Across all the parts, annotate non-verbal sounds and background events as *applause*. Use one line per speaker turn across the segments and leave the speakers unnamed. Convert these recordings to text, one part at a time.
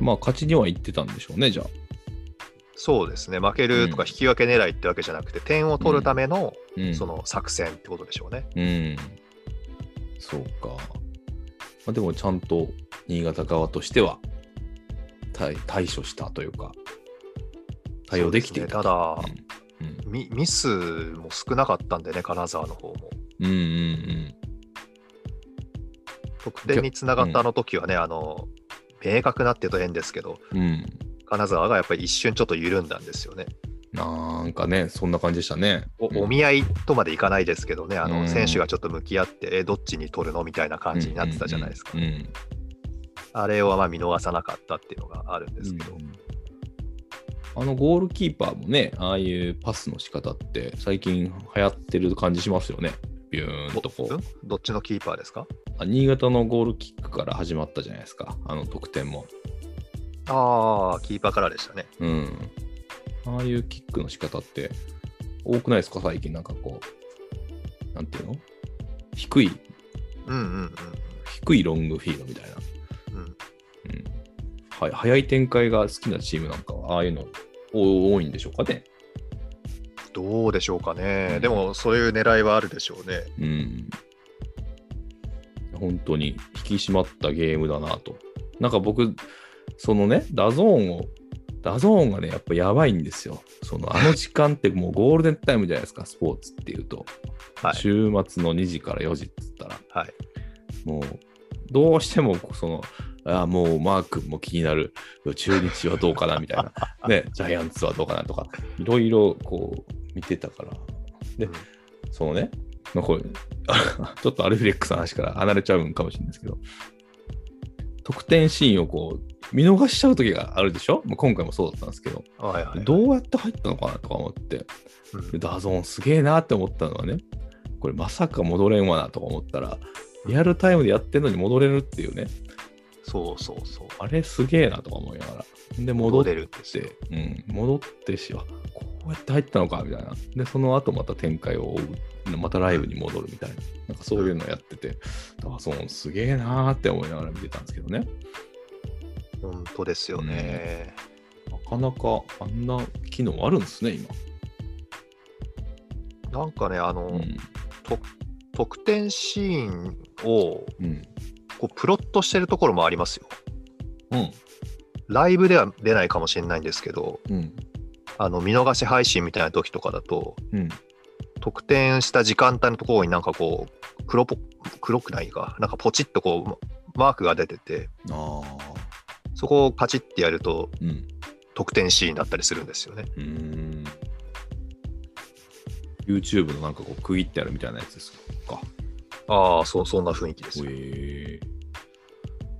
まあ、勝ちにはいってたんでしょうね、じゃあ。
そうですね、負けるとか
うん
引き分け狙いってわけじゃなくて、点を取るための
うん、
その作戦ってことでしょうね。
うん。そうか。まあ、でも、ちゃんと新潟側としては対対処したというか、対応できてい
そう
た
すねた
う
だ、
んうん
ミミスも少なかったんでね、金沢の方も。
うんうん
得点につながったあの時はね、あの明確なって言うと変ですけど、
うん。うん。
金沢がやっぱり一瞬ちょっと緩んだんですよね。
なんかね、そんな感じでしたね。
お,、
うん
見合いとまでいかないですけどね、あ
うん
の選手がちょっと向き合って、えどっちに取るのみたいな感じになってたじゃないですか。
うんうんうん
あれをまあ見逃さなかったっていうのがあるんですけど、
あのゴールキーパーもね、ああいうパスの仕方って最近流行ってる感じしますよね。ビューンとこ
ど
う。
どっちのキーパーですか
あ新潟のゴールキックから始まったじゃないですか、あの得点も。
ああ、キーパーからでしたね。
うん。ああいうキックの仕方って多くないですか、最近。なんかこう、なんていうの低い、
うんうん
低いロングフィードみたいな。
うんう
う
ん。
んはい、早い展開が好きなチームなんかは、ああいうのお多いんでしょうかね。
どうでしょうかね、
うん
でもそういう狙いはあるでしょうね。
うん。本当に引き締まったゲームだなと。なんか僕、そのね、ダゾーンを、ダゾーンがね、やっぱやばいんですよ。その、あの時間ってもうゴールデンタイムじゃないですか、スポーツっていうと。
はい
週末の2時から4時って言ったら、
はい、
もう、どうしても、その、ああ、もうマー君も気になる、中日はどうかなみたいな、
*laughs*
ね、ジャイアンツはどうかなとか、いろいろこう、見てたから、で
うん
そのね、まあ、これ、あ *laughs* ちょっとアルフレックスの話から離れちゃうんかもしれないですけど、得点シーンをこう、見逃しちゃう時があるでしょもう今回もそうだったんですけど、
はいはい、
どうやって入ったのかなとか思って、
うん
でダゾーンすげえなって思ったのはね、これまさか戻れんわなとか思ったら、リアルタイムでやってんのに戻れるっていうね、
そうそうそう。
あれすげえなとか思いながら。で、戻
戻
っ
れるんですよ
て、うん、戻ってし、あこうやって入ったのかみたいな。で、その後また展開を追う、またライブに戻るみたいな、なんかそういうのやってて、ダゾーンすげえなーって思いながら見てたんですけどね、
本当ですよね。
なかなかあんな機能あるんですね、今。
なんかね、あの、
うん。
得点シーンを
うん。
こうプロットしてるところもありますよ。
うん。
ライブでは出ないかもしれないんですけど、
うん。
あの見逃し配信みたいな時とかだと、
うん。
得点した時間帯のところになんかこう、黒ぽ黒くないか、なんかポチッとこう、マークが出てて、
ああ。
そこをカチッてやると、
うん。
得点シーンだったりするんですよね。
うーん。YouTube のなんかこう、区切ってあるみたいなやつですか。
ああ、そうそんな雰囲気ですよ。
へえ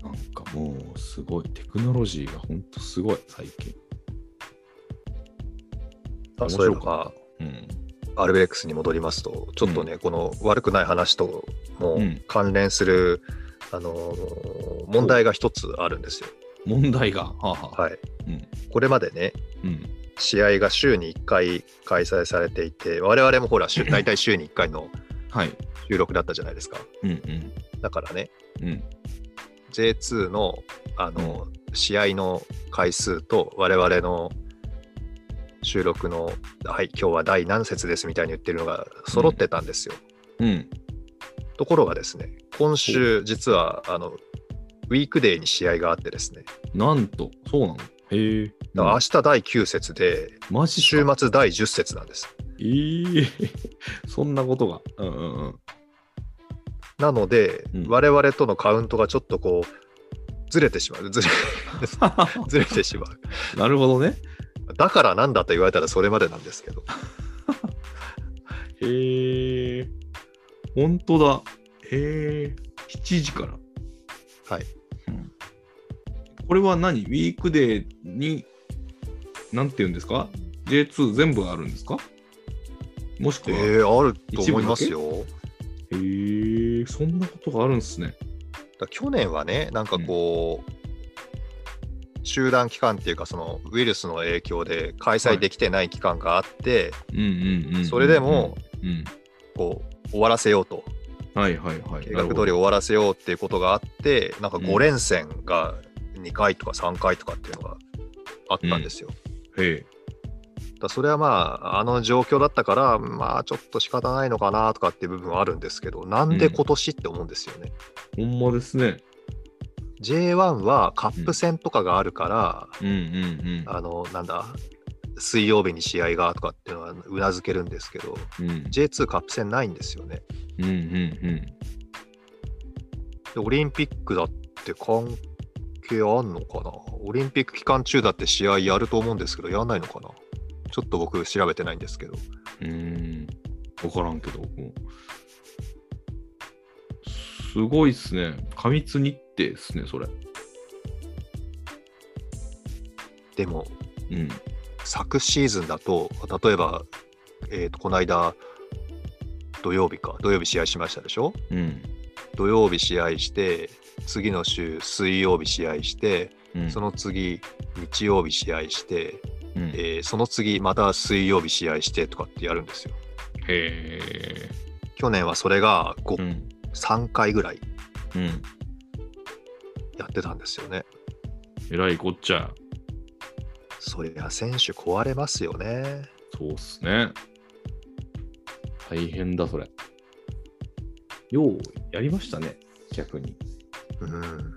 なんかもう、すごい。テクノロジーがほんとすごい、最近。
あそういえば、
うん。
アルベレックスに戻りますと、ちょっとね、この悪くない話とも
うん
関連する、あのー問題が一つあるんですよ。
問題が。はあ、はあ
はい
うん
これまでね、
うん。
試合が週に1回開催されていて、我々もほら、
*laughs*
週大体週に1回の
はい。
収録だったじゃないですか。
うんうん。
だからね、
うん。
J2 の、あの試合の回数と、我々の収録の、はい、今日は第何節ですみたいに言ってるのが揃ってたんですよ。
うん。
ところがですね、今週、実はあのウィークデーに試合があってですね、
なんと、そうなの。へえ。
だから明日第9節で、
マジっす
週
か
末第10節なんです。
ええ *laughs* そんなことが。うんうんうん。 *laughs*
なので、
うん
我々とのカウントがちょっとこう、ずれてしまう、
*laughs*
ずれずれてしまう。
なるほどね。
だからなんだと言われたらそれまでなんですけど、
へえ。本当だ。へえ。7時から。
はい。
うんこれは何ウィークデーに、なんて言うんですか ?J2 全部あるんですかもしく
え
は。
ー、あると思いますよ。
へえ。そんなことがあるんですね。
だから去年はね、なんかこう、集団期間っていうか、そのウイルスの影響で開催できてない期間があって、
うんうんうんうん、うん。
それでも、
うん。
こう終わらせようと、
はいはいはい。
計
な
画
る
通
ほ
り
ど
終わらせようっていうことがあって、なんか
う
5
ん
連戦が2回とか3回とかっていうのがあったんですよ。
え
だからそれはまあ、あの状況だったから、まあちょっと仕方ないのかなとかっていう部分はあるんですけど、なんで今年って思うんですよね。
え。ほんまですね。
J1 はカップ戦とかがあるから、
うんうん
あの、なんだ、水曜日に試合がとかっていうのはうなずけるんですけど、
うん。うん。
J2 カップ戦ないんですよね。
うんうんうん。
でオリンピックだって関係あんのかなオリンピック期間中だって試合やると思うんですけど、やんないのかなちょっと僕調べてないんですけど。
うーん、分からんけど、もうすごいっすね。過密日程っすね、それ。
でも、
うん。
昨シーズンだと、例えば、えーとこの間、土曜日か、土曜日試合しましたでしょ
うん。
土曜日試合して、次の週、水曜日試合して、
うん、
その次、日曜日試合して、
うん、へ
えーその次、また水曜日試合してとかってやるんですよ。
え。
去年はそれが
う
5、
ん。
3回ぐらい
うん。
やってたんですよね。
えらいこっちゃ。
そりゃ選手壊れますよね。
そうっすね。大変だ、それ。よう、やりましたね、逆に。
うん。